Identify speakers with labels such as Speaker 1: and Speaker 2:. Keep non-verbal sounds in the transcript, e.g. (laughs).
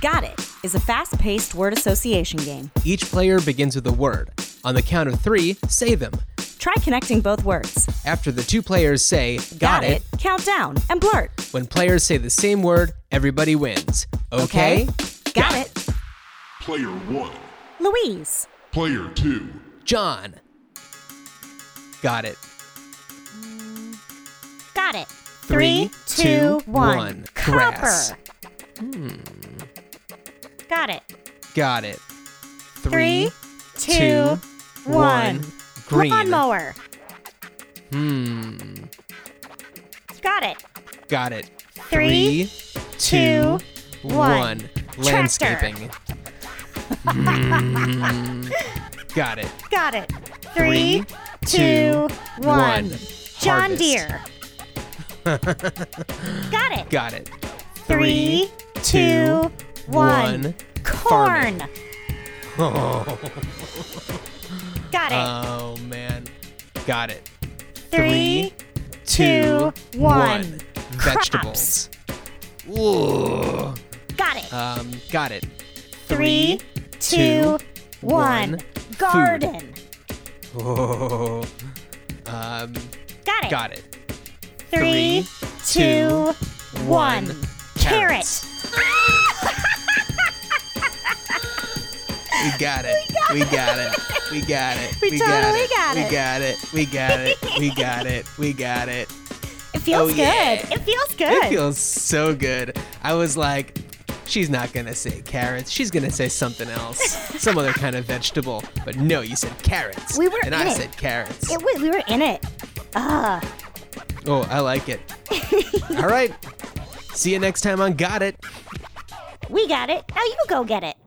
Speaker 1: Got It is a fast paced word association game.
Speaker 2: Each player begins with a word. On the count of three, say them.
Speaker 1: Try connecting both words.
Speaker 2: After the two players say, Got, it,
Speaker 1: count down, and blurt.
Speaker 2: when players say the same word, everybody wins. Okay?
Speaker 1: Got it.
Speaker 3: Player one.
Speaker 1: Louise.
Speaker 3: Player two.
Speaker 2: John. Got it.
Speaker 1: Got it.
Speaker 2: Three, two,
Speaker 1: one.
Speaker 2: one.
Speaker 1: Cropper.
Speaker 2: Grass.
Speaker 1: Got it.
Speaker 2: Got it.
Speaker 1: Three, two, one.
Speaker 2: Green.
Speaker 1: Clip on mower.
Speaker 2: Hmm.
Speaker 1: Got it.
Speaker 2: Got it.
Speaker 1: Three, two, one.
Speaker 2: Landscaping.
Speaker 1: (laughs)
Speaker 2: Hmm. Got it.
Speaker 1: Got it. Three, two, one. John
Speaker 2: Harvest. (laughs)
Speaker 1: Deere. Got it.
Speaker 2: Got it.
Speaker 1: Three, two, one.
Speaker 2: one.
Speaker 1: Corn.
Speaker 2: Farming.
Speaker 1: (laughs) Got it.
Speaker 2: Oh man. Got it.
Speaker 1: Three,
Speaker 2: two,
Speaker 1: two, one.
Speaker 2: one. Vegetables. Ooh.
Speaker 1: Got it.
Speaker 2: Um, got it.
Speaker 1: Three, two, one.
Speaker 2: one. Food.
Speaker 1: Garden.
Speaker 2: Oh. Um,
Speaker 1: Got it.
Speaker 2: got it.
Speaker 1: Three, two, one. Ah!
Speaker 2: one.
Speaker 1: Carrot.
Speaker 2: We
Speaker 1: (laughs)
Speaker 2: got it. We got it. We got it.
Speaker 1: We totally got
Speaker 2: We
Speaker 1: it.
Speaker 2: got it. We got it. We got it. We got it.
Speaker 1: It feels
Speaker 2: Oh,
Speaker 1: good.
Speaker 2: yeah.
Speaker 1: It feels good.
Speaker 2: It feels so good. I was like, she's not gonna say carrots. She's gonna say something
Speaker 1: (laughs)
Speaker 2: else, some other kind of vegetable. But no, you said carrots.
Speaker 1: We were
Speaker 2: and
Speaker 1: in
Speaker 2: I
Speaker 1: it.
Speaker 2: said carrots.
Speaker 1: It was, we were in it. Ugh.
Speaker 2: Oh, I
Speaker 1: (laughs)
Speaker 2: like it. All right. See you next time on Got It.
Speaker 1: We got it. Now you go get it.